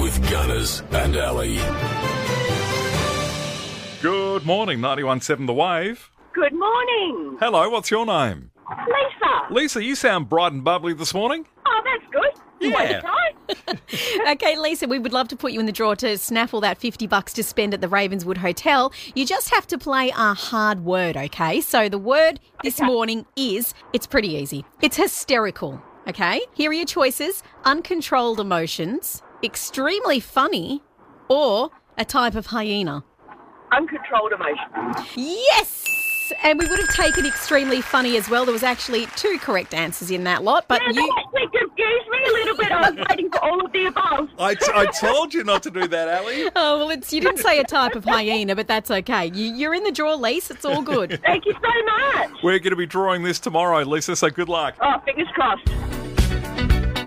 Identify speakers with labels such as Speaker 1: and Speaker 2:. Speaker 1: Manners and Ali.
Speaker 2: Good morning, 91.7 The Wave.
Speaker 3: Good morning,
Speaker 2: Hello, what's your name?
Speaker 3: Lisa.
Speaker 2: Lisa, you sound bright and bubbly this morning.
Speaker 3: Oh, that's good. You want
Speaker 2: Yeah.
Speaker 3: to try?
Speaker 4: Okay, Lisa, we would love to put you in the draw to snaffle that 50 bucks to spend at the Ravenswood Hotel. You just have to play a hard word, okay? So the word this morning is it's pretty easy. It's hysterical, okay? Here are your choices uncontrolled emotions, extremely funny, or a type of hyena.
Speaker 3: Uncontrolled emotion.
Speaker 4: Yes! And we would have taken extremely funny as well. There was actually two correct answers in that lot, but
Speaker 3: Yeah,
Speaker 4: you.
Speaker 3: that actually confused me a little bit. I was waiting for all of the above.
Speaker 2: I, t- I told you not to do that, Ali.
Speaker 4: Oh well, it's you didn't say a type of hyena, but that's okay. You, you're in the draw, Lise. It's all good.
Speaker 3: Thank you so much.
Speaker 2: We're going to be drawing this tomorrow, Lisa, so good luck.
Speaker 3: Oh, fingers crossed.